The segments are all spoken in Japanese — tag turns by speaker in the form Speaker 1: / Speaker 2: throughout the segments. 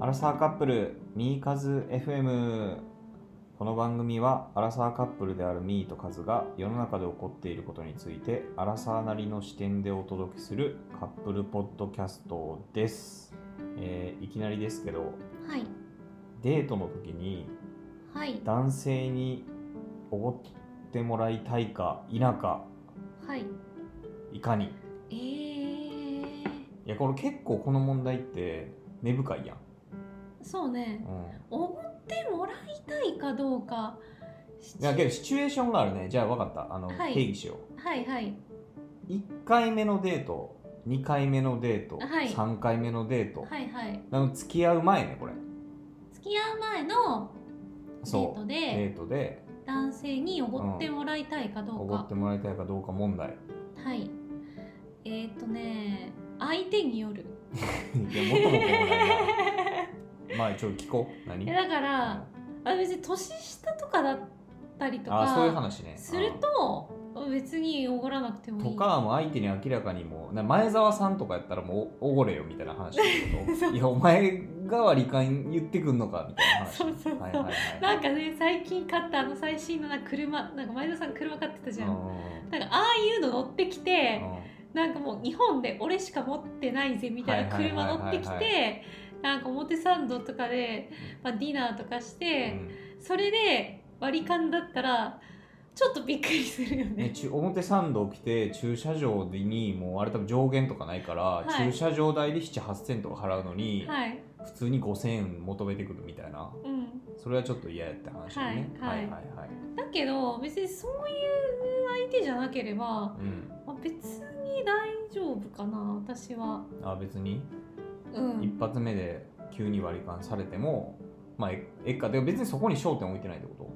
Speaker 1: アラサーカップルミーカズ FM この番組はアラサーカップルであるミーとカズが世の中で起こっていることについてアラサーなりの視点でお届けするカップルポッドキャストです、えーいきなりですけど
Speaker 2: はい
Speaker 1: デートの時に
Speaker 2: はい
Speaker 1: 男性におごってもらいたいか否か
Speaker 2: はい
Speaker 1: いかに
Speaker 2: えー、
Speaker 1: いやこれ結構この問題って根深いやん、
Speaker 2: そうね
Speaker 1: うん、
Speaker 2: おごってもらいたいかどうか
Speaker 1: いやけどシチュエーションがあるねじゃあ分かったあの、
Speaker 2: はい
Speaker 1: 定義しよ
Speaker 2: はいはいう
Speaker 1: 1回目のデート2回目のデート、
Speaker 2: はい
Speaker 1: 3回目のデート、
Speaker 2: はいはい
Speaker 1: あの付き合う前ねこれ
Speaker 2: 付き合う前のデー
Speaker 1: そ
Speaker 2: ト
Speaker 1: うデ
Speaker 2: で
Speaker 1: ートで
Speaker 2: 男性におごってもらいたいかど
Speaker 1: お
Speaker 2: う
Speaker 1: ご
Speaker 2: か
Speaker 1: って、もらいたいかどうか問題
Speaker 2: はいえー、っとね相手による
Speaker 1: いやもっともこもないなまあちょっと聞こう何
Speaker 2: いやだからあ別に年下とかだったりと
Speaker 1: あそういう
Speaker 2: か
Speaker 1: 話ね
Speaker 2: すると別におごらなくて
Speaker 1: う
Speaker 2: も
Speaker 1: ん
Speaker 2: いい
Speaker 1: とかもう相手に明らかにもうな前澤さんとかやったらもうおおごれよみたいな話だけ
Speaker 2: そ
Speaker 1: ど
Speaker 2: う
Speaker 1: いやお前が割り勘言ってくんのかみたいな話
Speaker 2: そうそうそう
Speaker 1: はいはいはい
Speaker 2: なんかね最近買ったあの最新のな車なんか前田さん車買ってたじゃ。
Speaker 1: うんんうんうん
Speaker 2: なんかああいうの乗ってきて
Speaker 1: うん
Speaker 2: なんかもう日本で俺しか持ってないぜみたいな
Speaker 1: はいはいはい
Speaker 2: 車
Speaker 1: はい
Speaker 2: 乗ってきてなんか表参道とかで、まあ、ディナーとかしてそれで割り勘だったらちょっとびっくりするよ
Speaker 1: うんね
Speaker 2: ね。
Speaker 1: ち表参道来て駐車場にもうあれ多分上限とかないから、
Speaker 2: はい
Speaker 1: 駐車場代で78000とか払うのに、
Speaker 2: はい、
Speaker 1: 普通に5000円求めてくるみたいな
Speaker 2: うん、
Speaker 1: それはちょっと嫌やって話よね、
Speaker 2: はい
Speaker 1: は
Speaker 2: はい
Speaker 1: いはい
Speaker 2: だけど別にそういう相手じゃなければ、
Speaker 1: うん、
Speaker 2: まあ、別に大丈夫かな私は。
Speaker 1: あ別に
Speaker 2: うん、
Speaker 1: 一発目で急に割り勘されてもまあええっかでも別にそこに焦点置いてないってこ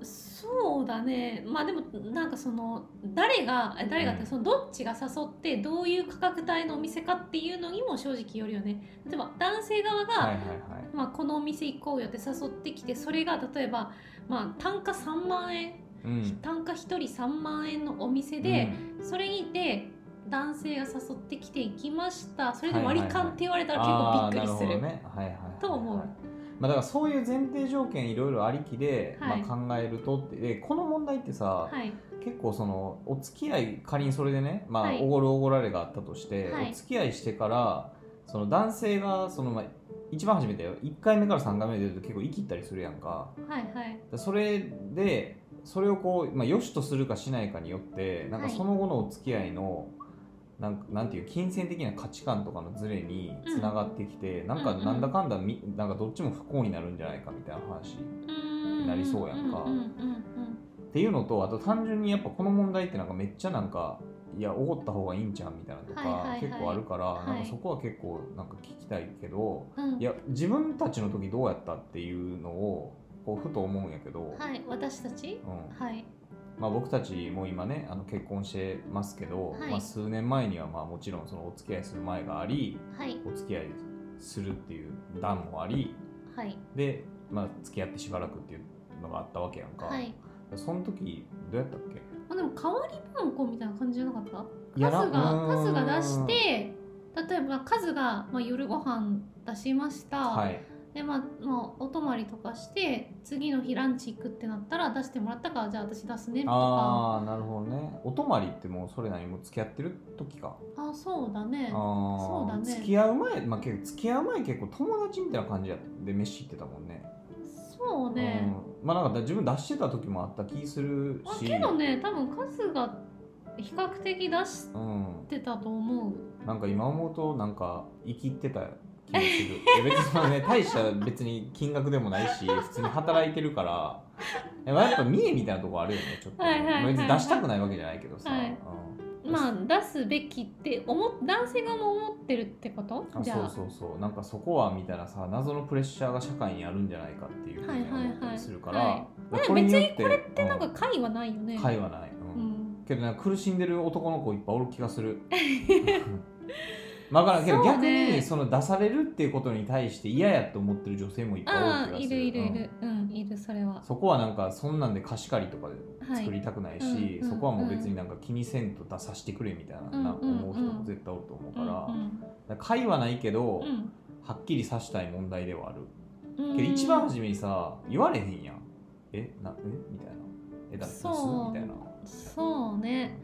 Speaker 2: そうだねまあでもなんかその誰があ誰がって
Speaker 1: うん
Speaker 2: そのどっちが誘ってどういう価格帯のお店かっていうのにも正直よるよね例えば男性側が、
Speaker 1: とはいはいはい
Speaker 2: まあ、このお店行こうよって誘ってきてそれが例えば、まあ、単価3万円
Speaker 1: うん
Speaker 2: 単価1人3万円のお店で、それにて男性が誘ってきて行きましたそれで割り勘って言われ
Speaker 1: う
Speaker 2: た
Speaker 1: ん、
Speaker 2: ら結構びっくりする。
Speaker 1: あーなるほどねはいはいはいはい
Speaker 2: と思う
Speaker 1: まあ、だからそういう前提条件いろいろありきで、
Speaker 2: はい
Speaker 1: まあ、考えるとってでこの問題ってさ、
Speaker 2: はい、
Speaker 1: 結構そのお付き合い仮にそれでねまあ
Speaker 2: はい
Speaker 1: おごるおごられがあったとして、
Speaker 2: はい
Speaker 1: お付き合いしてからその男性がその、まあ、一番初めてよ1回目から3回目で出ると結構生きったりするやんか
Speaker 2: はいはい
Speaker 1: だそれでそれをこう、まあ、良しとするかしないかによってなんか
Speaker 2: はい
Speaker 1: その後のお付き合いの、なんかなんていう金銭的な価値観とかのズレにつながってきて、なんか
Speaker 2: うんうん
Speaker 1: なんだかんだみなんかどっちも不幸になるんじゃないかみたいな話
Speaker 2: うーん
Speaker 1: なりそうやんか
Speaker 2: うんうんうんう
Speaker 1: っ
Speaker 2: ん
Speaker 1: ていうのとあと単純にやっぱこの問題ってなんかめっちゃなんかいやおごった方がいいんちゃうみたいなと
Speaker 2: はいはい
Speaker 1: か
Speaker 2: はい
Speaker 1: 結構あるから、
Speaker 2: はい
Speaker 1: なんかそこは結構なんか聞きたいけど、
Speaker 2: うん
Speaker 1: いや自分たちの時どうやったっていうのをこうふと思うんやけど、
Speaker 2: はい、私たち
Speaker 1: うん
Speaker 2: はい、
Speaker 1: まあ、僕たちも今ねあの結婚してますけど、
Speaker 2: はい
Speaker 1: まあ、数年前にはまあもちろんそのお付き合いする前があり
Speaker 2: はい、
Speaker 1: お付き合いするっていう段もあり
Speaker 2: はい、
Speaker 1: で、まあ、付き合ってしばらくっていうのがあったわけやんか、
Speaker 2: はい。
Speaker 1: その時どうやったっけ
Speaker 2: まあ、でも代わりパンコみたいな感じじゃなかった
Speaker 1: いやな
Speaker 2: カズが
Speaker 1: う
Speaker 2: カ
Speaker 1: ー
Speaker 2: ズ
Speaker 1: ん
Speaker 2: が出して例えばカズが、まあ、夜ご飯出しました、
Speaker 1: はい
Speaker 2: でまあ、まあ、お泊まりとかして次の日ランチ行くってなったら出してもらったからじゃあ私出すねとか
Speaker 1: ああなるほどねお泊まりってもうそれなりにもう付き合ってる時か
Speaker 2: あそうだね
Speaker 1: あ
Speaker 2: そうだ
Speaker 1: あ、
Speaker 2: ね
Speaker 1: 付き合う前、まあ、結構付き合う前結構友達みたいな感じやで飯行ってたもんね
Speaker 2: そうね、
Speaker 1: うん、まあなんか自分出してた時もあった気する
Speaker 2: まあ、
Speaker 1: し
Speaker 2: けどね多分カズが比較的出し
Speaker 1: うん、
Speaker 2: てたと思う
Speaker 1: なんか今思うとなんか生きってた気がするいや別にそのね大した別に金額でもない し普通に働いてるからえまあやっぱ見えみたいなとこあるよねちょっと、
Speaker 2: はいはいはいはい
Speaker 1: 別に出したくないわけじゃないけどさ、
Speaker 2: はい
Speaker 1: うん
Speaker 2: まあ出すべきって思っ男性がも思ってるってこと
Speaker 1: あ
Speaker 2: じゃあ
Speaker 1: そうそうそうなんかそこはみたいなさ謎のプレッシャーが社会にあるんじゃないかっていうふうに思ったりするから、
Speaker 2: はいはいはいはい
Speaker 1: これによってこれ
Speaker 2: ってなんか会はないよね。
Speaker 1: 会はない、
Speaker 2: う
Speaker 1: うん
Speaker 2: ん。
Speaker 1: けどなんか苦しんでる男の子いっぱいおる気がす る。まあだからんけど
Speaker 2: そう
Speaker 1: 逆
Speaker 2: ね
Speaker 1: にその出されるっていうことに対して嫌やと思ってる女性もいっぱいお
Speaker 2: あ
Speaker 1: る気
Speaker 2: あ
Speaker 1: が
Speaker 2: い
Speaker 1: する。
Speaker 2: るいるい
Speaker 1: うん
Speaker 2: る、うん、いるそれは。
Speaker 1: そこはなんかそんなんで貸し借りとかで
Speaker 2: は
Speaker 1: 作
Speaker 2: い。
Speaker 1: りたくない
Speaker 2: うん
Speaker 1: し
Speaker 2: う、ん
Speaker 1: そこはもう別になんか気にせんと出させてくれみたいな,、
Speaker 2: うん
Speaker 1: なんか思う人も絶対おると思う
Speaker 2: う
Speaker 1: か
Speaker 2: ん
Speaker 1: ら、だから会はないけど、
Speaker 2: うん、
Speaker 1: はっきりさしたい問題ではある
Speaker 2: うん
Speaker 1: けど一番初めにさ言われへんやんえなえみたいなえだっす
Speaker 2: そう
Speaker 1: みたいな
Speaker 2: そうね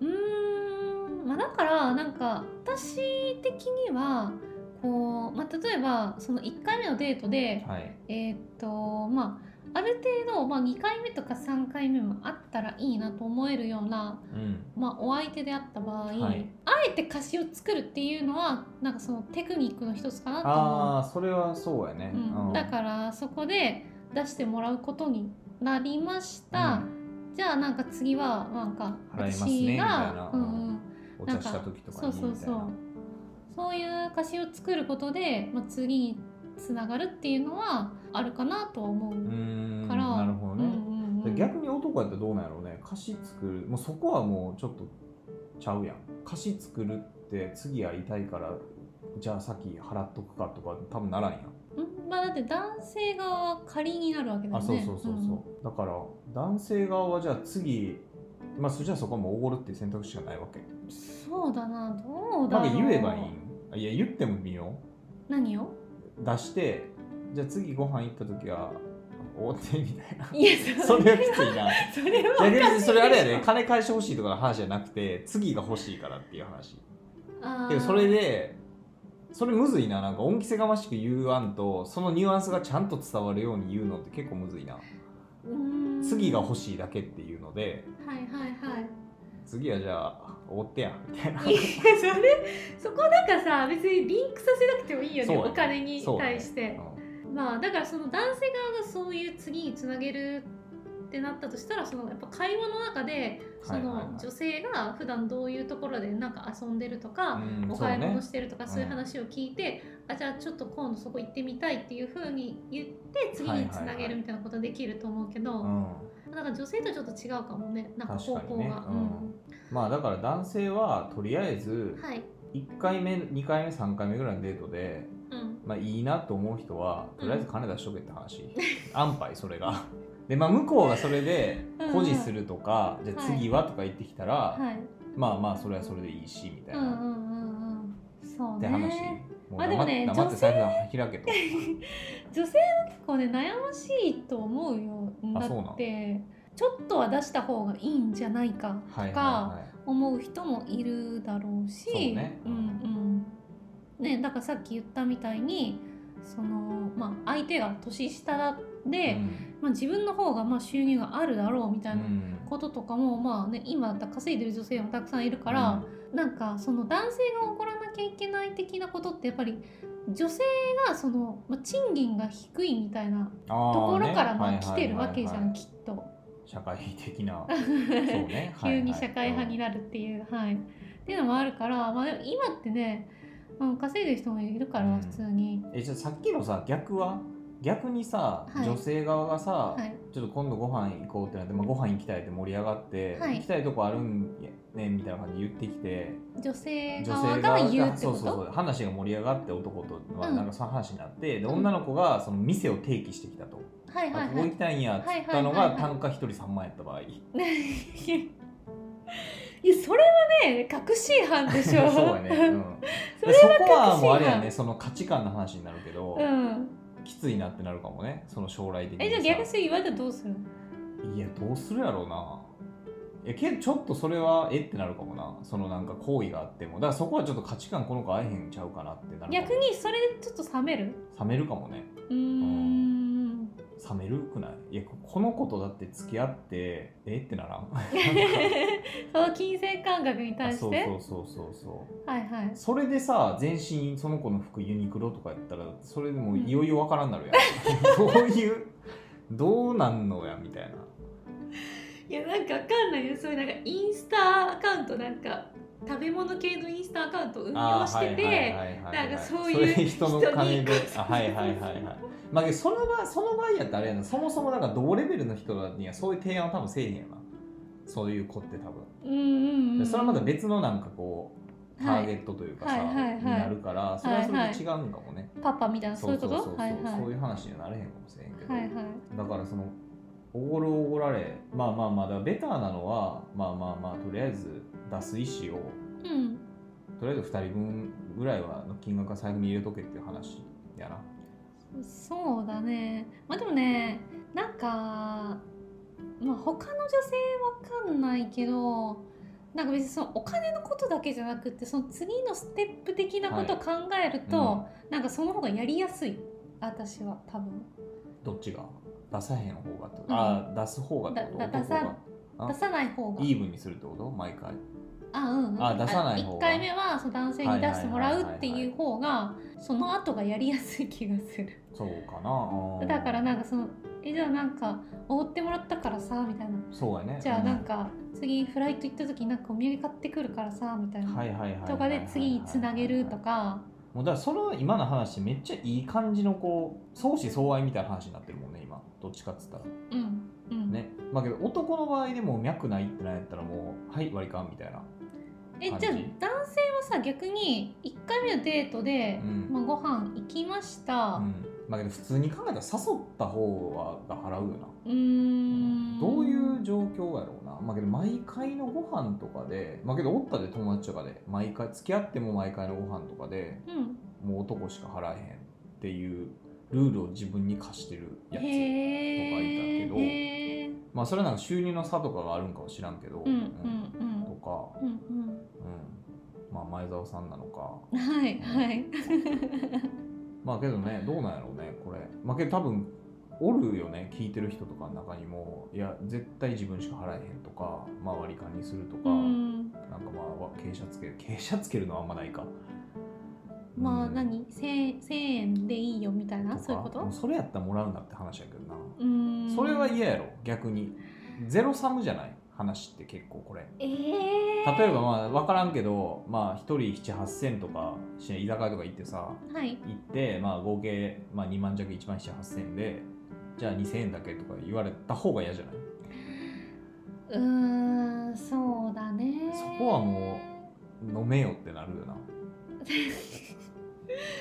Speaker 2: うーんまあだからなんか私的にはこう、まあ、例えばその1回目のデートで
Speaker 1: はい
Speaker 2: えーっとまあある程度、まあ、2回目とか3回目もあったらいいなと思えるような、
Speaker 1: うん
Speaker 2: まあ、お相手であった場合、
Speaker 1: はい
Speaker 2: あえて歌詞を作るっていうのはなんかそのテクニックの一つかなと思う
Speaker 1: ああそれはそうやね、
Speaker 2: うん、だからそこで出してもらうことになりました、じゃあなんか次はなんか
Speaker 1: 払いますねみたいな
Speaker 2: うんうん、
Speaker 1: うん、お茶した時とか
Speaker 2: そう
Speaker 1: にみたいうな
Speaker 2: そそうそういう歌詞を作ることで、まあ、次につながるっていうのはあるかなとは思う
Speaker 1: うーん
Speaker 2: から、
Speaker 1: なるほどね、
Speaker 2: うんうんうん
Speaker 1: で逆に男やったらどうなんやろうね歌詞作るもうそこはもうちょっとちゃうやん歌詞作るって次やりたいからじゃあ先払っとくかとか多分ならんやん、
Speaker 2: うんまあだって男性側は仮になるわけだ
Speaker 1: あ
Speaker 2: よね
Speaker 1: そうそうそうそう、だから男性側はじゃあ次まあそれじゃあそこはもうおごるっていう選択肢がないわけ
Speaker 2: うんそうだなどうだ
Speaker 1: なん
Speaker 2: ろ
Speaker 1: か
Speaker 2: う
Speaker 1: 言えばいいんあいや言ってもみよ
Speaker 2: 何を
Speaker 1: う出してじゃあ次ご飯行った時はおごってみたいな
Speaker 2: いや
Speaker 1: それはきつい な
Speaker 2: それはお
Speaker 1: いや
Speaker 2: かしいでしょ
Speaker 1: 逆にそれあれやね金返してほしいとかの話じゃなくて次が欲しいからっていう話
Speaker 2: あー
Speaker 1: けどそれでそれむずいななんか恩着せがましく言う案とそのニュアンスがちゃんと伝わるように言うのって結構むずいな
Speaker 2: うーん
Speaker 1: 次が欲しいだけっていうので
Speaker 2: はいはい
Speaker 1: 次はじゃあおごってやみたいな
Speaker 2: はいいやそれそこなんかさ別にリンクさせなくてもいいよ
Speaker 1: そ
Speaker 2: ね
Speaker 1: うやね
Speaker 2: お金に対して、
Speaker 1: うん
Speaker 2: まあだからその男性側がそういう次につなげるってなったとしたらそのやっぱ会話の中でそ
Speaker 1: はいはい
Speaker 2: の
Speaker 1: はい
Speaker 2: 女性が普段どういうところでなんか遊んでるとか、
Speaker 1: うん
Speaker 2: お買い
Speaker 1: そ
Speaker 2: 物
Speaker 1: うね
Speaker 2: してるとか
Speaker 1: うん
Speaker 2: そういう話を聞いて、あじゃあちょっと今度そこ行ってみたいっていう風に言って次につな
Speaker 1: はいはい
Speaker 2: げ
Speaker 1: はい
Speaker 2: るみたいなことできると思うけど、
Speaker 1: うん
Speaker 2: なんか女性とちょっと違うかもねなんか方
Speaker 1: 確か
Speaker 2: 向
Speaker 1: に
Speaker 2: が、
Speaker 1: ねまあだから男性はとりあえず
Speaker 2: うん、はい、
Speaker 1: 1回目2回目3回目ぐらいのデートで
Speaker 2: うん、
Speaker 1: まあいいなと思う人はとりあえず金出しとけって話、安牌それが でまあ向こうがそれで保持するとか、
Speaker 2: ん
Speaker 1: じゃあ次はとか言ってきたら、
Speaker 2: はい
Speaker 1: まあまあそれはそれでいいしみたい
Speaker 2: うん
Speaker 1: な、
Speaker 2: うん
Speaker 1: っ
Speaker 2: うんうんそう
Speaker 1: て
Speaker 2: ね
Speaker 1: 話もう
Speaker 2: まあでもね
Speaker 1: 黙っ黙って
Speaker 2: 女性
Speaker 1: 財布開けと
Speaker 2: 女性は結構ね悩ましいと思うよ
Speaker 1: あ
Speaker 2: だ
Speaker 1: そうなの
Speaker 2: ってちょっとは出した方がいいんじゃないか
Speaker 1: はいはい
Speaker 2: とか
Speaker 1: はい
Speaker 2: 思う人もいるだろうし
Speaker 1: そうね
Speaker 2: うんうんねだからさっき言ったみたいにその、まあ、相手が年下で、
Speaker 1: うん
Speaker 2: まあ、自分の方がまあ収入があるだろうみたいな
Speaker 1: うん
Speaker 2: こととかも、まあね、今だったら稼いでる女性もたくさんいるから。なんかその男性が怒らなきゃいけない的なことってやっぱり女性がその、まあ、賃金が低いみたいな
Speaker 1: あー
Speaker 2: ところから
Speaker 1: ね
Speaker 2: ま
Speaker 1: は
Speaker 2: あ
Speaker 1: いはい
Speaker 2: 来
Speaker 1: はい
Speaker 2: てるわけじゃん、
Speaker 1: はい
Speaker 2: きっと、
Speaker 1: 社会的 なそうね
Speaker 2: 急に社会派に
Speaker 1: な
Speaker 2: なるっていう、はいっていうのもあるから、まあ、でも今ってね、まあ、稼いでる人もいるから、
Speaker 1: うん
Speaker 2: 普通に、
Speaker 1: えじゃあさっきのさ逆は逆にさ、
Speaker 2: はい
Speaker 1: 女性側がさ、
Speaker 2: はい、
Speaker 1: ちょっと今度ご飯行こうってなって、まあ、ご飯行きたいって盛り上がって、
Speaker 2: はい
Speaker 1: 行きたいとこあるんやねみたいな感じで言ってきて
Speaker 2: 女性
Speaker 1: 女
Speaker 2: 側
Speaker 1: 性側
Speaker 2: が
Speaker 1: が
Speaker 2: 言うって
Speaker 1: そ
Speaker 2: こ
Speaker 1: うそうそ
Speaker 2: と
Speaker 1: う話が盛り上がって男とは
Speaker 2: うん
Speaker 1: なんかその話になって、で
Speaker 2: うん
Speaker 1: 女の子がその店を提起してきたと、
Speaker 2: はいは
Speaker 1: あ
Speaker 2: い
Speaker 1: ここ
Speaker 2: は
Speaker 1: 行
Speaker 2: い
Speaker 1: きたいんやっつったのが
Speaker 2: はいはいはいは
Speaker 1: 単価1人3万円やった場合
Speaker 2: いやそれはね確信犯でし ょ
Speaker 1: そうやね、うん、
Speaker 2: そ
Speaker 1: で
Speaker 2: れ
Speaker 1: そ
Speaker 2: は
Speaker 1: こは
Speaker 2: 確
Speaker 1: もう
Speaker 2: 信
Speaker 1: あれや
Speaker 2: 犯
Speaker 1: ねその価値観の話になるけど、
Speaker 2: うん
Speaker 1: きついなってなるかもねその将来的に
Speaker 2: えじゃあ逆にそれ言われたらどうするの
Speaker 1: いやどうするやろうないやけどちょっとそれはえってなるかもなそのなんか行為があってもだからそこはちょっと価値観この子合えへんちゃうかなってなるかも
Speaker 2: 逆にそれでちょっと冷める
Speaker 1: 冷めるかもね
Speaker 2: うーん
Speaker 1: 冷めるくないいやここの子とだって付き合ってえってならん
Speaker 2: その金銭感覚に対して
Speaker 1: そうそうそうそうそう
Speaker 2: はいはい
Speaker 1: それでさ全身その子の服ユニクロとかやったらそれでもう
Speaker 2: うん
Speaker 1: いよいよわからんなるや ん、どういうどうなんのやみたいない
Speaker 2: やなんかわかんないよそういうなんかインスタアカウントなんか食べ物系のインスタアカウントを運用してて、なんかそういう
Speaker 1: れ人の金で
Speaker 2: 人に
Speaker 1: あはいはいはいはいまあけどその場その場合やったらあれやなそもそもなんか同レベルの人にはそういう提案は多分せえへんやなそういう子って多分、
Speaker 2: うんうん、うん、
Speaker 1: それはまた別のなんかこうタ
Speaker 2: は
Speaker 1: ーゲ
Speaker 2: い、
Speaker 1: ットというかさ、
Speaker 2: はいはいはいは
Speaker 1: に
Speaker 2: い
Speaker 1: なるからそれはそれで違うんかもね、
Speaker 2: パパみたいなそういう
Speaker 1: そ
Speaker 2: こ
Speaker 1: うそうそう
Speaker 2: と
Speaker 1: そう
Speaker 2: はいはい
Speaker 1: そういう話にはなれへんかもしれんけど、
Speaker 2: はいはい
Speaker 1: だからそのおごるおごられまあまあまあだからベターなのはまあまあまあとりあえず出す意思を
Speaker 2: うん
Speaker 1: とりあえず2人分ぐらいはの金額は財布に入れとけっていう話やな
Speaker 2: そうだねまあでもねなんかまあ他の女性わかんないけどなんか別にそのお金のことだけじゃなくってその次のステップ的なことを考えると、
Speaker 1: は
Speaker 2: なんかその方がやりやすい私は多分
Speaker 1: どっちが出さへん方がってこと、
Speaker 2: うん
Speaker 1: ああ出す方がってこと
Speaker 2: だだ
Speaker 1: 男があ
Speaker 2: 出さない方が
Speaker 1: イーブンにするってこと毎回
Speaker 2: あうんうん、
Speaker 1: あ出さない方が
Speaker 2: 1回目はその男性に出してもらうっていう方がその後がやりやすい気がする
Speaker 1: そうかな
Speaker 2: だからなん
Speaker 1: か
Speaker 2: かそのえじゃあなんかおごってもらったからさみたいな
Speaker 1: そうやね
Speaker 2: じゃあなん、か次フライト行った時なんかお土産買ってくるからさみたい
Speaker 1: うん
Speaker 2: な、
Speaker 1: はいはいはいはいはい
Speaker 2: とかで次につなげるとか
Speaker 1: もうだからその今の話めっちゃいい感じのこう相思相愛みたいな話になってるもんね今どっちかっつったら
Speaker 2: うんうん、
Speaker 1: ねまあけど男の場合でも脈ないってなんやったらもうはい割り勘みたいな
Speaker 2: え
Speaker 1: 感
Speaker 2: じ
Speaker 1: じ
Speaker 2: ゃあ男性はさ逆に1回目のデートで、
Speaker 1: うん
Speaker 2: まあ、ご飯行きまし
Speaker 1: う
Speaker 2: た
Speaker 1: んまあけど普通に考えたら誘った方はが払うよな
Speaker 2: うーん
Speaker 1: どういう状況やろうなまあけど毎回のご飯とかでまあけどおったで友達とかで毎回付き合っても毎回のご飯とかで
Speaker 2: うん
Speaker 1: もう男しか払えへんっていうルールを自分に課してるやつ
Speaker 2: へ
Speaker 1: とかいたけど
Speaker 2: ーへー
Speaker 1: まあそれはなんか収入の差とかがあるんかは知らんけど、
Speaker 2: うんうん
Speaker 1: とか、
Speaker 2: うんう
Speaker 1: う
Speaker 2: ん
Speaker 1: ん、まあ前澤さんなのか
Speaker 2: うんはいはい
Speaker 1: まあけどねどうなんやろうねこれまあけど多分おるよね聞いてる人とかの中にもいや絶対自分しか払えへんとか、まあ、割り勘にするとか、
Speaker 2: うん
Speaker 1: なんかまあわ傾斜つける傾斜つけるのはあんまないか
Speaker 2: まあ
Speaker 1: うん
Speaker 2: 何1000円でいいよみたい
Speaker 1: と
Speaker 2: な
Speaker 1: か
Speaker 2: そういうこと
Speaker 1: もうそれやったらもらうんだって話やけどな、
Speaker 2: うーん
Speaker 1: それは嫌やろ逆にゼロサムじゃない話って結構これ
Speaker 2: えー、
Speaker 1: 例えばまあ分からんけどまあ1人78000とかし居酒屋とか行ってさ
Speaker 2: はい
Speaker 1: 行ってまあ合計、まあ、2万弱1万78000でじゃあ2000円だけとか言われた方が嫌じゃないう
Speaker 2: ーんそうだね
Speaker 1: そこはも飲めよってなるよな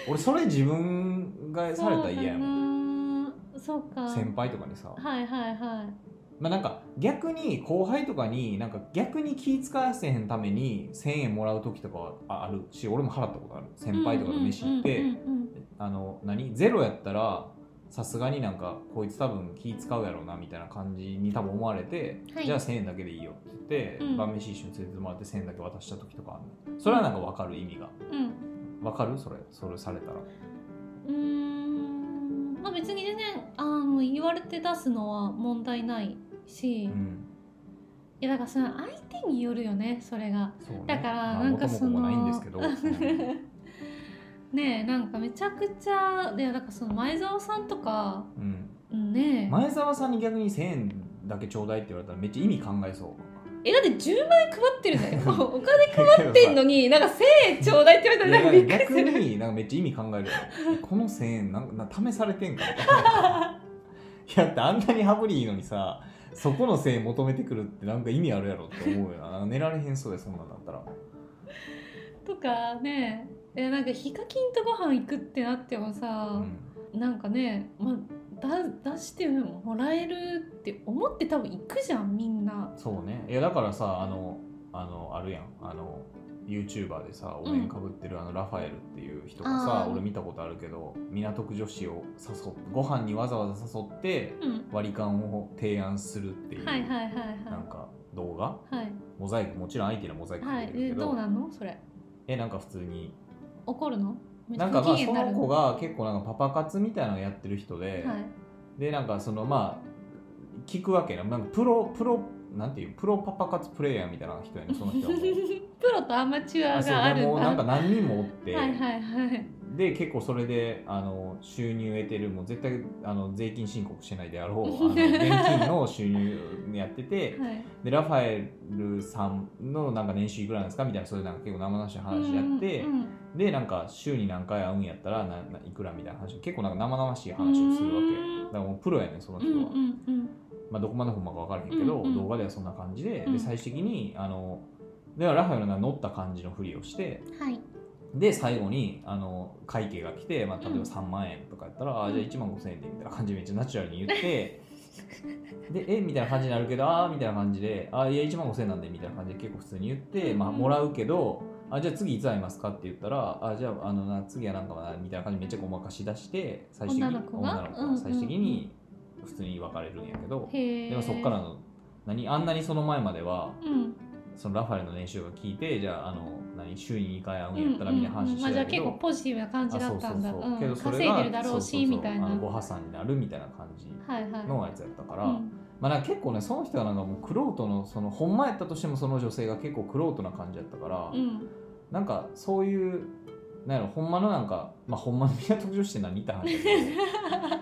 Speaker 1: 俺それ自分がされたら嫌やもん
Speaker 2: んそうか
Speaker 1: 先輩とかにさ、
Speaker 2: はいはいはい
Speaker 1: まあ、なんか逆に後輩とかになんか逆に気遣わせへんために1000円もらう時とかはああるし俺も払ったことある先輩とかと飯行って、
Speaker 2: うんうんうん
Speaker 1: あの何ゼロやったらさすがになんかこいつ多分気使うやろうなみたいな感じに多分思われて、
Speaker 2: はい
Speaker 1: じゃあ1000円だけでいいよって言って、
Speaker 2: うん
Speaker 1: 晩飯一緒に連れてもらって1000円だけ渡した時とかあるのそれはなんか分かる意味が
Speaker 2: うん
Speaker 1: 分かるそれそれされたら
Speaker 2: うーんまあ別に全然あの言われて出すのは問題ないし、
Speaker 1: うん
Speaker 2: いやだからその相手によるよねそれが
Speaker 1: そうね
Speaker 2: だから
Speaker 1: まあ
Speaker 2: なんか
Speaker 1: 元も子
Speaker 2: そ
Speaker 1: も
Speaker 2: の
Speaker 1: ないんですけど、 うん
Speaker 2: ねえなんかめちゃくちゃでだからその前澤さんとか
Speaker 1: うん
Speaker 2: うんね
Speaker 1: 前澤さんに逆に1000円だけちょうだいって言われたらめっちゃ意味考えそう
Speaker 2: ええだって10万円配ってるんだよ お金配ってんのになんか1000円ちょうだいって言われたらなんかびっ
Speaker 1: い
Speaker 2: く
Speaker 1: や
Speaker 2: りす
Speaker 1: 逆
Speaker 2: る
Speaker 1: になんかめっちゃ意味考えるよえこの1000円なんかな試されてんかみたいな いやだってあんなに羽振りいいのにさそこの1000円求めてくるってなんか意味あるやろって思うよななんか寝られへんそうやそんなんだったら
Speaker 2: とかねえなんかヒカキンとご飯行くってなっても
Speaker 1: う
Speaker 2: さ、
Speaker 1: ん
Speaker 2: なんかね、まあ、だ出してもらえるって思って多分行くじゃんみんな
Speaker 1: そうねいやだからさあのあのあるやんあの YouTuber でさお面かぶってるあのラファエルっていう人がさ、
Speaker 2: あー
Speaker 1: 俺見たことあるけど港区女子を誘っご飯にわざわざ誘って
Speaker 2: うん
Speaker 1: 割り勘を提案するっていう、
Speaker 2: はいはいはい
Speaker 1: なんか動画
Speaker 2: はい
Speaker 1: モザイクもちろん相手のモザイク
Speaker 2: はいは
Speaker 1: か
Speaker 2: い
Speaker 1: けて
Speaker 2: え
Speaker 1: るけど,、
Speaker 2: どうなんのそれ
Speaker 1: えなんか普通に
Speaker 2: 怒るのめっち
Speaker 1: な
Speaker 2: ゃ
Speaker 1: んかま
Speaker 2: 不
Speaker 1: あ
Speaker 2: 機嫌
Speaker 1: そ
Speaker 2: になる
Speaker 1: の子が結構なんかパパ活みたいなのやってる人で、
Speaker 2: はい
Speaker 1: でなんかそのまあ聞くわけななんかプロプロなんていうプロパパ活プレイヤーみたいな 人やねその人はもう
Speaker 2: プロとアマチュア
Speaker 1: あそう
Speaker 2: がある
Speaker 1: で
Speaker 2: んだ
Speaker 1: もうなんか何人もおって、
Speaker 2: はいはいはい
Speaker 1: で結構それであの収入得てるもう絶対あの税金申告してないであ ろうあの現金の収入やってて、
Speaker 2: はい
Speaker 1: でラファエルさんのなんか年収いくらなんですかみたいなそういうなんか結構生々しい話やって、
Speaker 2: うんうん
Speaker 1: でなんか週に何回会うんやったらなないくらみたいな話結構なんか生々しい話をするわ
Speaker 2: う
Speaker 1: け
Speaker 2: ん
Speaker 1: だからもうプロやねんその
Speaker 2: う
Speaker 1: 人
Speaker 2: ん
Speaker 1: は、
Speaker 2: うんうん
Speaker 1: まあ、どこまでほんまか分からへんけど、
Speaker 2: うんうん
Speaker 1: 動画ではそんな感じで
Speaker 2: う
Speaker 1: で
Speaker 2: ん
Speaker 1: 最終的にあのではラファエルが乗った感じのふりをして
Speaker 2: はい
Speaker 1: で最後にあの会計が来て、まあ、例え
Speaker 2: うん
Speaker 1: ば3万円とかやったら、あーじゃあ1万5千円でみたいな感じでめっちゃナチュラルに言って でえみたいな感じになるけどああみたいな感じであーいや1万5千円なんでみたいな感じで結構普通に言って、まあ、
Speaker 2: うん
Speaker 1: もらうけどあじゃあ次いつ会いますかって言ったらあじゃああのな次はなんかなみたいな感じでめっちゃごまかし出して最終的に
Speaker 2: 女の子が
Speaker 1: 女の子
Speaker 2: うんうん
Speaker 1: 最終的に普通に別れるんやけど、
Speaker 2: へえ
Speaker 1: でもそっからの何あんなにその前までは
Speaker 2: うん
Speaker 1: そのラファエルの練習が効いてじゃああの何週に2回会
Speaker 2: う
Speaker 1: うんんやったらみたいな話
Speaker 2: うん
Speaker 1: し
Speaker 2: うん
Speaker 1: て
Speaker 2: まあ
Speaker 1: た
Speaker 2: じゃあ
Speaker 1: け
Speaker 2: 結
Speaker 1: ど
Speaker 2: 構ポジティブな感じだったんだ
Speaker 1: あそうそうそうけ
Speaker 2: う
Speaker 1: ど
Speaker 2: ん
Speaker 1: それが
Speaker 2: 稼いでるだろう
Speaker 1: そそ
Speaker 2: し
Speaker 1: そ
Speaker 2: みたいな
Speaker 1: あのご
Speaker 2: は
Speaker 1: 破産になるみたいな感じ
Speaker 2: いはい
Speaker 1: のやつやったから、
Speaker 2: うん
Speaker 1: まあなんか結構ねその人はなんかもう玄人のそのほんまやったとしてもその女性が結構玄人な感じやったから、
Speaker 2: うん
Speaker 1: なんかそういうなんやろほんまのなんかまあほんまの港区女子って何って話だ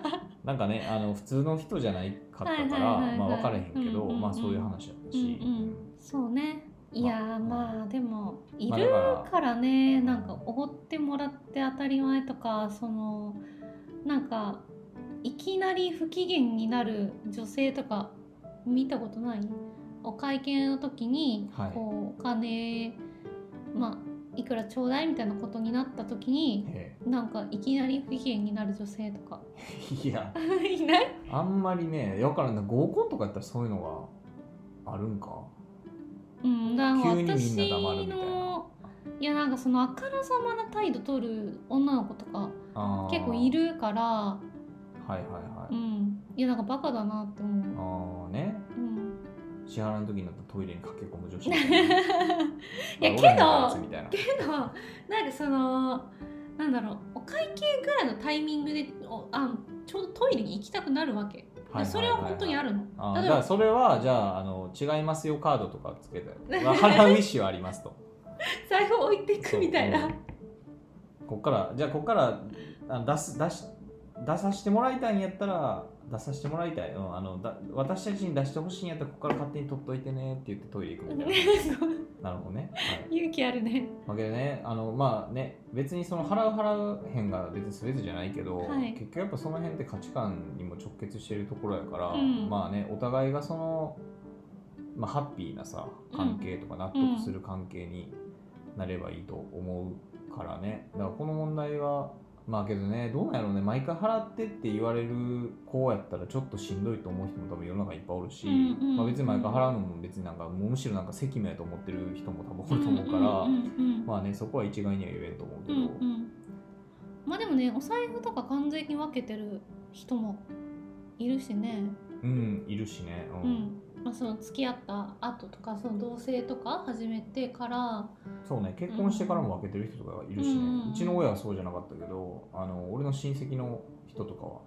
Speaker 1: けどなんかねあの普通の人じゃないかったか
Speaker 2: はいはいはいは
Speaker 1: ら
Speaker 2: い
Speaker 1: まあ分からへんけど、
Speaker 2: うんうんうん
Speaker 1: まあそういう話やったし、
Speaker 2: うんうんそうねいやー
Speaker 1: まあ
Speaker 2: まあでもい
Speaker 1: まあだ
Speaker 2: る
Speaker 1: か
Speaker 2: からねなんかおごってもらって当たり前とかそのなんかいきなり不機嫌になる女性とか見たことないお会計の時に
Speaker 1: はい
Speaker 2: こうお金、まあいくらちょうだいみたいなことになった時に
Speaker 1: らえ
Speaker 2: なんかいきなり不機嫌になる女性とか
Speaker 1: えいや
Speaker 2: いない
Speaker 1: あんまりね分からんな合コンとかやったらそういうのがあるんか
Speaker 2: うん、だから
Speaker 1: 急にみんな黙る
Speaker 2: 私
Speaker 1: みたいな
Speaker 2: のいやなんかそのあからさまな態度取る女の子とか
Speaker 1: あー
Speaker 2: 結構いるから
Speaker 1: はいはいは
Speaker 2: う
Speaker 1: い、
Speaker 2: んいやなんかバカだなって思う、
Speaker 1: ああね
Speaker 2: うん、
Speaker 1: 支払いの時になったらトイレに駆け込む女子みたいな
Speaker 2: いや
Speaker 1: あ
Speaker 2: けど
Speaker 1: 俺らのやつみたいな
Speaker 2: けどなんかそのなんだろうお会計ぐらいのタイミングでおあちょうどトイレに行きたくなるわけ、
Speaker 1: はいはいはいはい
Speaker 2: それは本当にあるの
Speaker 1: あーだ
Speaker 2: 例え
Speaker 1: か
Speaker 2: ば
Speaker 1: らそれはじゃああの違いますよカードとかつ けて払う意思はありますと
Speaker 2: 財布置いていくみたい
Speaker 1: そう
Speaker 2: な
Speaker 1: うんこっからじゃあこっからあ出す出し出させてもらいたいんやったら出させてもらいたい、うん、あのだ私たちに出してほしいんやったらここから勝手に取っといてねって言ってトイレ行くみたい ななるほどね、はい、
Speaker 2: 勇気あるね
Speaker 1: わけでねあのまあね別にその払う払うへんが別に全てじゃないけど、
Speaker 2: はい
Speaker 1: 結局やっぱその辺って価値観にも直結してるところやから、
Speaker 2: うん
Speaker 1: まあねお互いがその、まあ、ハッピーなさ関係とか納得する関係になればいいと思うからねだからこの問題はまあけどねどうなんやろうね毎回払ってって言われる子やったらちょっとしんどいと思う人も多分世の中いっぱいおるし、
Speaker 2: うんうん
Speaker 1: まあ、別に毎回払うのも別になんかむしろなんか責務やと思ってる人も多分おると思うから。
Speaker 2: うんうんうんうん
Speaker 1: まあね、そこは一概には言えんと思うけ
Speaker 2: う
Speaker 1: ど、
Speaker 2: んうん、まあでもねお財布とか完全に分けてる人もいるしね、
Speaker 1: うん、いるしね、う、
Speaker 2: うんんまあ、その付き合った後とかその同棲とか始めてから
Speaker 1: そうね、結婚してからも分けてる人とかいるしね、
Speaker 2: うんうん
Speaker 1: うちの親はそうじゃなかったけど、あの俺の親戚の人とかは、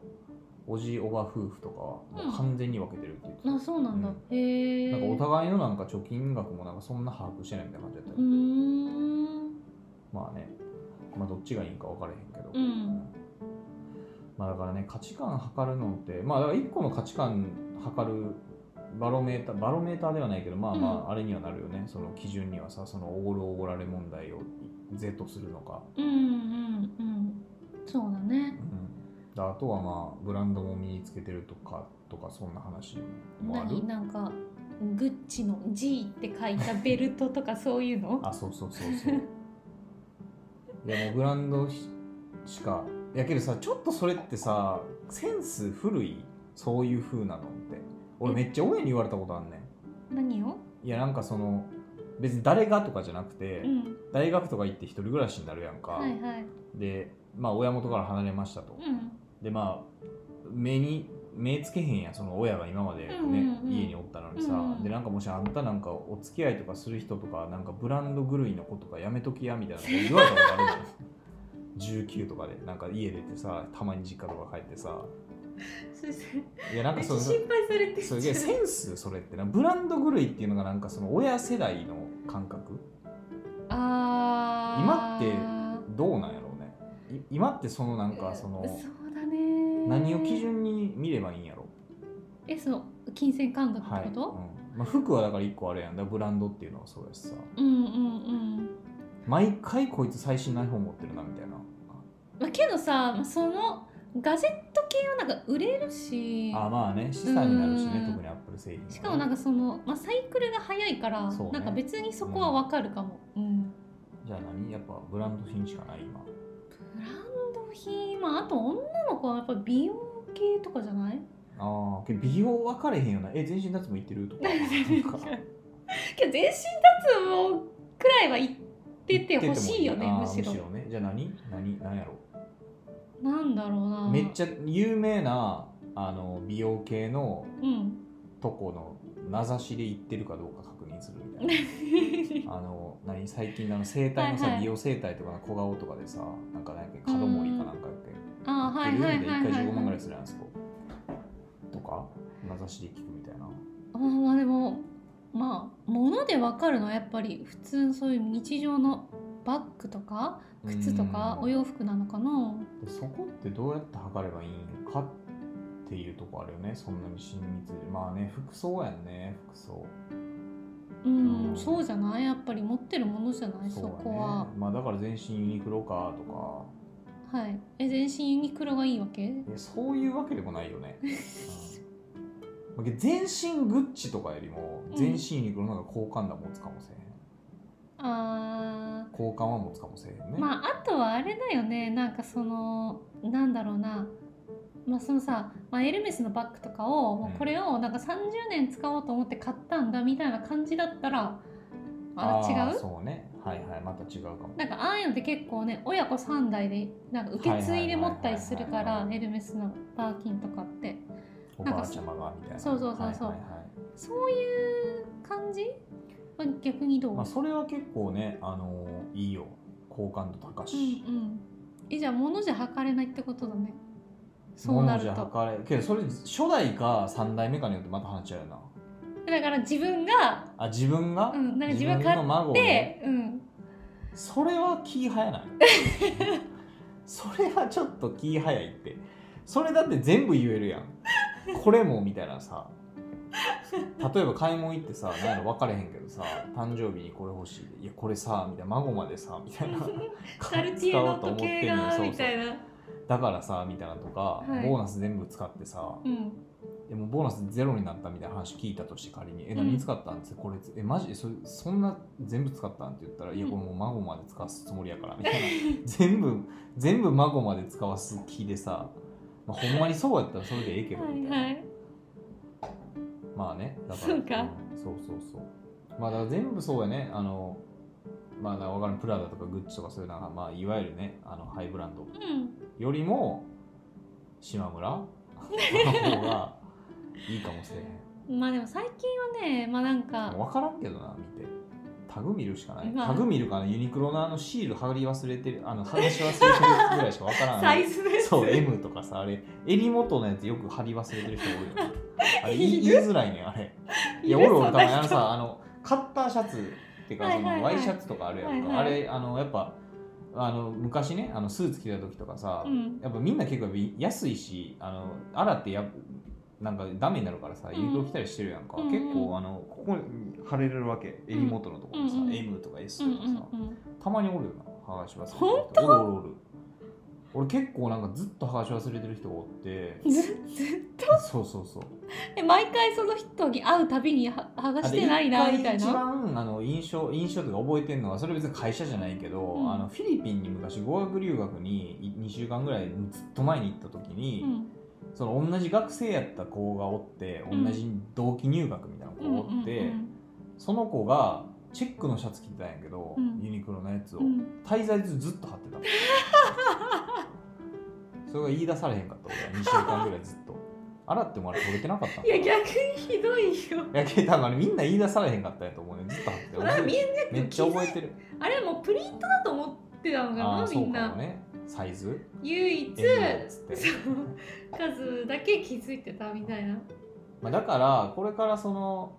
Speaker 1: おじおば夫婦とかはもう完全に分けてるって言ってた、
Speaker 2: あそうなんだ、
Speaker 1: うん
Speaker 2: へえ
Speaker 1: なんかお互いのなんか貯金額もなんかそんな把握してないみたいな感じだった
Speaker 2: う
Speaker 1: け
Speaker 2: ー
Speaker 1: ど、
Speaker 2: ん
Speaker 1: まあね、まあどっちがいいんか分からへんけど。
Speaker 2: うん
Speaker 1: まあだからね価値観測るのってまあだから一個の価値観測るバロメーターバロメーターではないけどまあま
Speaker 2: う
Speaker 1: ああれにはなるよね、その基準にはさそのおごるおごられ問題を是とするのか、
Speaker 2: うんうんうんそうだ
Speaker 1: う
Speaker 2: ね
Speaker 1: ん、だあとはまあブランドも身につけてるとかとかそんな話もある
Speaker 2: 何なんかグッチの G って書いたベルトとかそういうの
Speaker 1: あそうそうそうそういやもうブランドししかやけどさちょっとそれってさセンス古いそういう風なのって俺めっちゃ親に言われたことあんねん
Speaker 2: 何を
Speaker 1: いやなんかその別に誰がとかじゃなくて、
Speaker 2: うん
Speaker 1: 大学とか行って一人暮らしになるやんか、
Speaker 2: はいはい
Speaker 1: でまあ親元から離れましたと、
Speaker 2: うん
Speaker 1: でまあ目に目つけへんやんその親が今までね、
Speaker 2: うんうんうん
Speaker 1: 家におったのにさ、
Speaker 2: うんうん
Speaker 1: でなんかもしあんたなんかお付き合いとかする人とかなんかブランド狂いの子とかやめときやみた いなこと言われたことあるじゃん19とかでなんか家出てさたまに実家とか帰ってさ
Speaker 2: 先生
Speaker 1: いやなん
Speaker 2: め
Speaker 1: か
Speaker 2: っち
Speaker 1: そ
Speaker 2: ゃ
Speaker 1: の
Speaker 2: 心配されてる
Speaker 1: すげえセンスそれってなブランド狂いっていうのがなんかその親世代の感覚
Speaker 2: あー
Speaker 1: 今どうなんやろうねい今ってそのなんかその
Speaker 2: そうだね
Speaker 1: 何を基準に見ればいいんやろ
Speaker 2: えその金銭感覚っ
Speaker 1: はい、
Speaker 2: て
Speaker 1: う
Speaker 2: こと、
Speaker 1: んまあ、服はだから1個あれやんだからブランドっていうのはそうやしさ
Speaker 2: うんうんうん、
Speaker 1: 毎回こいつ最新の iPhone 持ってるなみたいな
Speaker 2: まあ、けどさまあそのガジェット系はなんか売れるし
Speaker 1: あまあね資産になるしね
Speaker 2: うん
Speaker 1: 特にアップル製品はね
Speaker 2: しかもなんかその、まあ、サイクルが早いから、
Speaker 1: そうね
Speaker 2: なんか別にそこはわかるかも、うん
Speaker 1: じゃあ何やっぱブランド品しかない今
Speaker 2: ブランド品まああと女の子はやっぱ美容系とかじゃない
Speaker 1: ああ美容分かれへんよなえ全身 脱毛いってるとかなんか
Speaker 2: けど全身脱毛くらいは行っっててほしいよね
Speaker 1: 言って
Speaker 2: むして
Speaker 1: もいいあー
Speaker 2: ろ
Speaker 1: むしろねじゃあ何何何やろ
Speaker 2: なんだろうな
Speaker 1: うめっちゃ有名なあの美容系の
Speaker 2: うん
Speaker 1: とこの名指しで言ってるかどうか確認するみたいなあの何最近のあの整体のさ、
Speaker 2: はいはい
Speaker 1: 美容整体とかの小顔とかでさなんかなんか角盛りかなんかやって
Speaker 2: あーはい
Speaker 1: 売っ
Speaker 2: は
Speaker 1: て
Speaker 2: い
Speaker 1: るんで
Speaker 2: はい
Speaker 1: 1
Speaker 2: は
Speaker 1: 回
Speaker 2: い
Speaker 1: 15万ぐらい
Speaker 2: あ
Speaker 1: するやんあそことか名指しで聞くみたいな
Speaker 2: ーまあでもまあ物でわかるのはやっぱり普通のそういう日常のバッグとか靴とか
Speaker 1: うん
Speaker 2: お洋服なのかな
Speaker 1: そこってどうやって測ればいいんかっていうとこあるよねそんなに親密でまあね服装やんね服装
Speaker 2: うん、
Speaker 1: うん
Speaker 2: そうじゃないやっぱり持ってるものじゃないそ,、
Speaker 1: やね
Speaker 2: こは
Speaker 1: まあだから全身ユニクロかとか
Speaker 2: はいえ全身ユニクロがいいわけ
Speaker 1: えそういうわけでもないよ ね、うんまあ全身グッチとかよりも
Speaker 2: うん
Speaker 1: 全身ユニクロの方が好感度持つかもしれへん、
Speaker 2: あー
Speaker 1: 好感は持つかもしれへんね、
Speaker 2: まああとはあれだよねなんかそのなんだろうなまあそのさ、まあ、エルメスのバッグとかを、もうこれをなんか30年使おうと思って買ったんだみたいな感じだったらあ
Speaker 1: ー
Speaker 2: 違う
Speaker 1: そうねはいはいまた違うかも
Speaker 2: なんかああいうのって結構ね親子3代でなんか受け継いで持ったりするか
Speaker 1: はいはいはい
Speaker 2: ら
Speaker 1: はい
Speaker 2: エルメスのバーキンとかって
Speaker 1: お
Speaker 2: なん
Speaker 1: ば
Speaker 2: か
Speaker 1: あちゃまがみたいな
Speaker 2: そうそうそうそう
Speaker 1: はいはいはい
Speaker 2: そういう感じ、まあ、逆にどう、
Speaker 1: まあ、それは結構ね、あのーいいよ好感度高
Speaker 2: うん
Speaker 1: し、
Speaker 2: うんえじゃあ物じゃ測れないってことだねそう
Speaker 1: 物
Speaker 2: なる
Speaker 1: じゃ
Speaker 2: と
Speaker 1: 測れけどそれ初代か3代目かによってまた話しちゃうよな
Speaker 2: だから自分が
Speaker 1: あ自分が、
Speaker 2: うんなんか自分が買って
Speaker 1: の孫をね
Speaker 2: で、 うん、
Speaker 1: それは気早ないそれはちょっと気早いってそれだって全部言えるやんこれもみたいなさ例えば買い物行ってさなんやろ分かれへんけどさ誕生日にこれ欲しいいやこれさみたいな孫までさみたいな
Speaker 2: カルティエの時計が
Speaker 1: 使おうと思ってんのに
Speaker 2: みたいな
Speaker 1: だからさみたいなのとか、
Speaker 2: はい
Speaker 1: ボーナス全部使ってさ
Speaker 2: うん
Speaker 1: でもボーナスゼロになったみたいな話聞いたとして仮に「え
Speaker 2: うん
Speaker 1: 何使ったん?」ってこれえマジそそんな全部使ったん?」って言ったら「いや
Speaker 2: うん
Speaker 1: これもう孫まで使わすつもりやから」みたいな 全部全部孫まで使わす気でさ、まあ、ほんまにそうやったらそれでええけどみたいな、
Speaker 2: はいはい
Speaker 1: まあねだから
Speaker 2: そうか
Speaker 1: んそうそうそうまあだから全部そうやねあのまあだからわからんプラダとかグッチとかそういうなんかまあいわゆるねあのハイブランド
Speaker 2: うん
Speaker 1: よりも島村の方がいいかもしれへん
Speaker 2: まあでも最近はねまあなんか
Speaker 1: 分からんけどな見てタグ見るしかない、
Speaker 2: まあ
Speaker 1: タグ見るかなユニクロのあのシール貼り忘れてるあの貼り忘れてるぐらいしか分 からん
Speaker 2: サイズのやつ
Speaker 1: そう M とかさあれ襟元のやつよく貼り忘れてる人多いよねあれ
Speaker 2: い
Speaker 1: 言い
Speaker 2: る
Speaker 1: 言いづらいねあれいや
Speaker 2: る
Speaker 1: 俺俺
Speaker 2: そん
Speaker 1: た
Speaker 2: な
Speaker 1: ま
Speaker 2: 人
Speaker 1: にあのさあのカッターシャツっていうか
Speaker 2: はい
Speaker 1: そ
Speaker 2: はいはい
Speaker 1: のワイシャツとかあるやんか、
Speaker 2: はいはい
Speaker 1: あれあのやっぱあの昔ねあのスーツ着てた時とかさ、
Speaker 2: うん
Speaker 1: やっぱみんな結構安いしあの洗ってやなんかダメになるからさ
Speaker 2: うん
Speaker 1: ユニクロ着たりしてるやんか、
Speaker 2: うんうん
Speaker 1: 結構あのここに貼れるわけ襟元のところにさ、
Speaker 2: うんうん
Speaker 1: M とか S
Speaker 2: う
Speaker 1: と
Speaker 2: ん
Speaker 1: か
Speaker 2: う
Speaker 1: さ、
Speaker 2: んうん
Speaker 1: たまにおるよな剥がし忘れてる人
Speaker 2: ほ
Speaker 1: お
Speaker 2: ん
Speaker 1: るおるおる俺結構なんかずっと剥がし忘れてる人がおって
Speaker 2: ずず
Speaker 1: そうそうそう
Speaker 2: え毎回その人に会うたびには剥が
Speaker 1: あ
Speaker 2: し
Speaker 1: で
Speaker 2: てないなみたい
Speaker 1: 一
Speaker 2: な。
Speaker 1: 番あの印象印象というか覚えてるのはそれ別に会社じゃないけど、
Speaker 2: うん
Speaker 1: あのフィリピンに昔語学留学に2週間ぐらいずっと前に行った時に、
Speaker 2: うん
Speaker 1: その同じ学生やった子がおって
Speaker 2: うん
Speaker 1: 同じ同期入学みたいな子
Speaker 2: うん
Speaker 1: がおって、その子がチェックのシャツ着てたんやけど、
Speaker 2: うん
Speaker 1: ユニクロのやつを、
Speaker 2: うんうん
Speaker 1: 滞在中ずっと貼 ってたそれが言い出されへんかった俺は2週間ぐらいずっと洗ってもあれ取れてなかったん
Speaker 2: いや逆にひどいよ。
Speaker 1: いやけど多分あれみんな言い出されへんかったんやと思うねずっと貼って
Speaker 2: それはみんな
Speaker 1: めっちゃ覚えてる
Speaker 2: あれもうプリントだと思ってたのか
Speaker 1: ああ
Speaker 2: な
Speaker 1: ー
Speaker 2: み
Speaker 1: そうんか
Speaker 2: な。
Speaker 1: もねサイズ
Speaker 2: 唯一
Speaker 1: M だっつって
Speaker 2: そう数だけ気づいてたみたいな。
Speaker 1: まあ、だからこれからその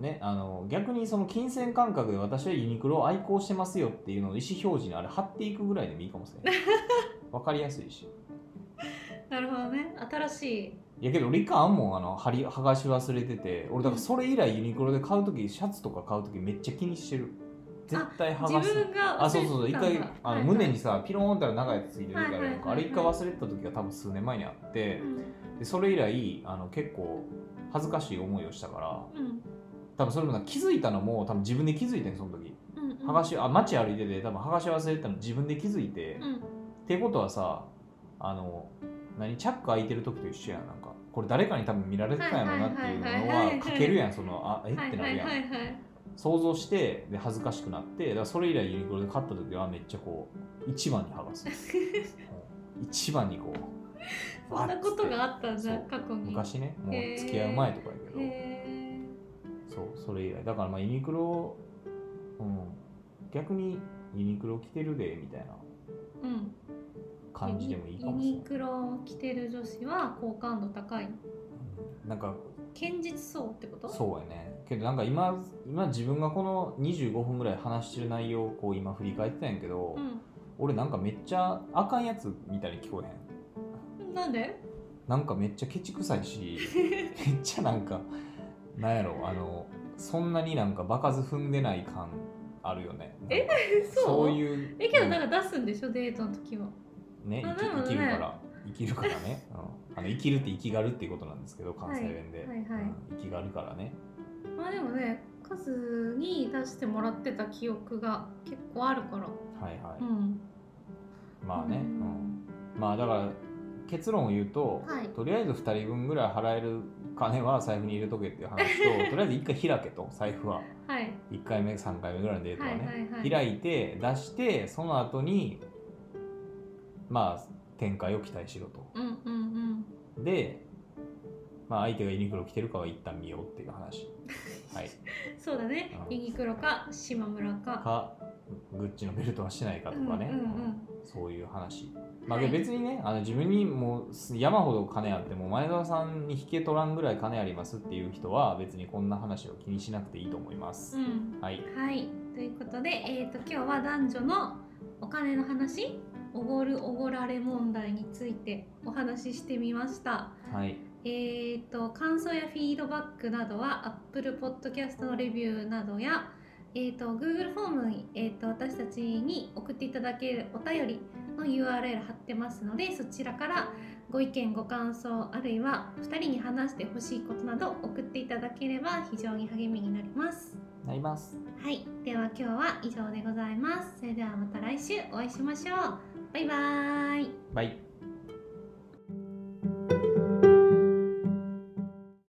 Speaker 1: ねあの逆にその金銭感覚で私はユニクロを愛好してますよっていうのを意思表示にあれ貼っていくぐらいでもいいかもしれ ないわかりやすいし
Speaker 2: なるほどね新しい。
Speaker 1: いやけど俺一回あんもんあの貼り剥がし忘れてて俺だからそれ以来ユニクロで買う時シャツとか買う時めっちゃ気にしてる絶対剥
Speaker 2: 自
Speaker 1: がす
Speaker 2: 分が
Speaker 1: あそうそうそう一回あの胸にさピローンって長いやつついてる時あるやんか
Speaker 2: は
Speaker 1: あ
Speaker 2: いはいはいはい
Speaker 1: れ一回忘れてた時が多分数年前にあって
Speaker 2: うん
Speaker 1: でそれ以来あの結構恥ずかしい思いをしたから
Speaker 2: うん
Speaker 1: 多分それもな気づいたのも多分自分で気づいてんその時
Speaker 2: うんうん
Speaker 1: 剥がしあ街歩いてて多分剥がし忘れてたの自分で気づいて、
Speaker 2: うん
Speaker 1: ってことはさあの何チャック開いてる時と一緒やんなんかこれ誰かに多分見られてたんやろうなっていう
Speaker 2: はいはいはいはい
Speaker 1: のはかけるやんそのあえっ
Speaker 2: はい
Speaker 1: てな
Speaker 2: は
Speaker 1: る
Speaker 2: い
Speaker 1: やん
Speaker 2: はいはい。
Speaker 1: 想像してで恥ずかしくなってだからそれ以来ユニクロで買った時はめっちゃこう一番に剥 がすうん一番にこう
Speaker 2: そんなことがあ
Speaker 1: っ
Speaker 2: ったんじゃ
Speaker 1: そう
Speaker 2: 過去に
Speaker 1: 昔ねも
Speaker 2: へ
Speaker 1: う
Speaker 2: ー
Speaker 1: 付き合う前とかやけど
Speaker 2: へ
Speaker 1: そうそれ以来だからまあユニクロ、うん、逆にユニクロ着てるでみたいな
Speaker 2: ーうん
Speaker 1: 感じでもいいか
Speaker 2: ユ
Speaker 1: もしれ
Speaker 2: ニ
Speaker 1: ない
Speaker 2: クロを着てる女子は好感度高い
Speaker 1: うんなんか
Speaker 2: 堅実そうってこと
Speaker 1: そうやねけどなんか今今自分がこの25分ぐらい話してる内容をこう今振り返ってたんやけど、
Speaker 2: う
Speaker 1: 俺なんかめっちゃあかんやつみたいに聞こえへん
Speaker 2: んなんで
Speaker 1: なんかめっちゃケチくさい しめっちゃなんかなんやろあのそんなになんか場数踏んでない感あるよね
Speaker 2: え
Speaker 1: なんか
Speaker 2: そう
Speaker 1: そういう
Speaker 2: えけどなんか出すんでしょデートの時は
Speaker 1: ね
Speaker 2: あ
Speaker 1: 生き
Speaker 2: でもね
Speaker 1: 生きるから生きるからね、 うん、あの生きるって生きがるっていうことなんですけど関西弁で、
Speaker 2: はいはいはい
Speaker 1: うん生きがるからね
Speaker 2: まあでもねカズに出してもらってた記憶が結構あるから
Speaker 1: はいはい、
Speaker 2: うん
Speaker 1: まあね、
Speaker 2: う
Speaker 1: うんん、まあだから結論を言うと、
Speaker 2: はい
Speaker 1: とりあえず2人分ぐらい払える金は財布に入れとけっていう話 ととりあえず1回開けと財布は
Speaker 2: はい
Speaker 1: 1回目3回目ぐらいのデート
Speaker 2: は
Speaker 1: はいね、
Speaker 2: いはいはい
Speaker 1: 開いて出してその後にまあ展開を期待しろと
Speaker 2: うんうんうん
Speaker 1: で、まあ、相手がユニクロ着てるかは一旦見ようっていう 話はい
Speaker 2: そうだね
Speaker 1: うん
Speaker 2: ユニクロか島村か
Speaker 1: かグッチのベルトはしてないかとかね、
Speaker 2: うんうんうん
Speaker 1: うんそういう話まあ、
Speaker 2: はい
Speaker 1: 別にねあの自分にもうす山ほど金あっても前澤さんに引け取らんぐらい金ありますっていう人は別にこんな話を気にしなくていいと思います、
Speaker 2: うん
Speaker 1: はい
Speaker 2: はいということで、えー、と今日は男女のお金の話おごるおごられ問題についてお話ししてみました。
Speaker 1: はい
Speaker 2: えー、と感想やフィードバックなどは Apple Podcast のレビューなどや、えー、と Google フォームに、えー、と私たちに送っていただけるお便りの URL 貼ってますのでそちらからご意見ご感想あるいは2人に話してほしいことなど送っていただければ非常に励みになります。
Speaker 1: なります
Speaker 2: はい、では今日は以上でございます。それではまた来週お会いしましょう。バイバーイ。
Speaker 1: バイ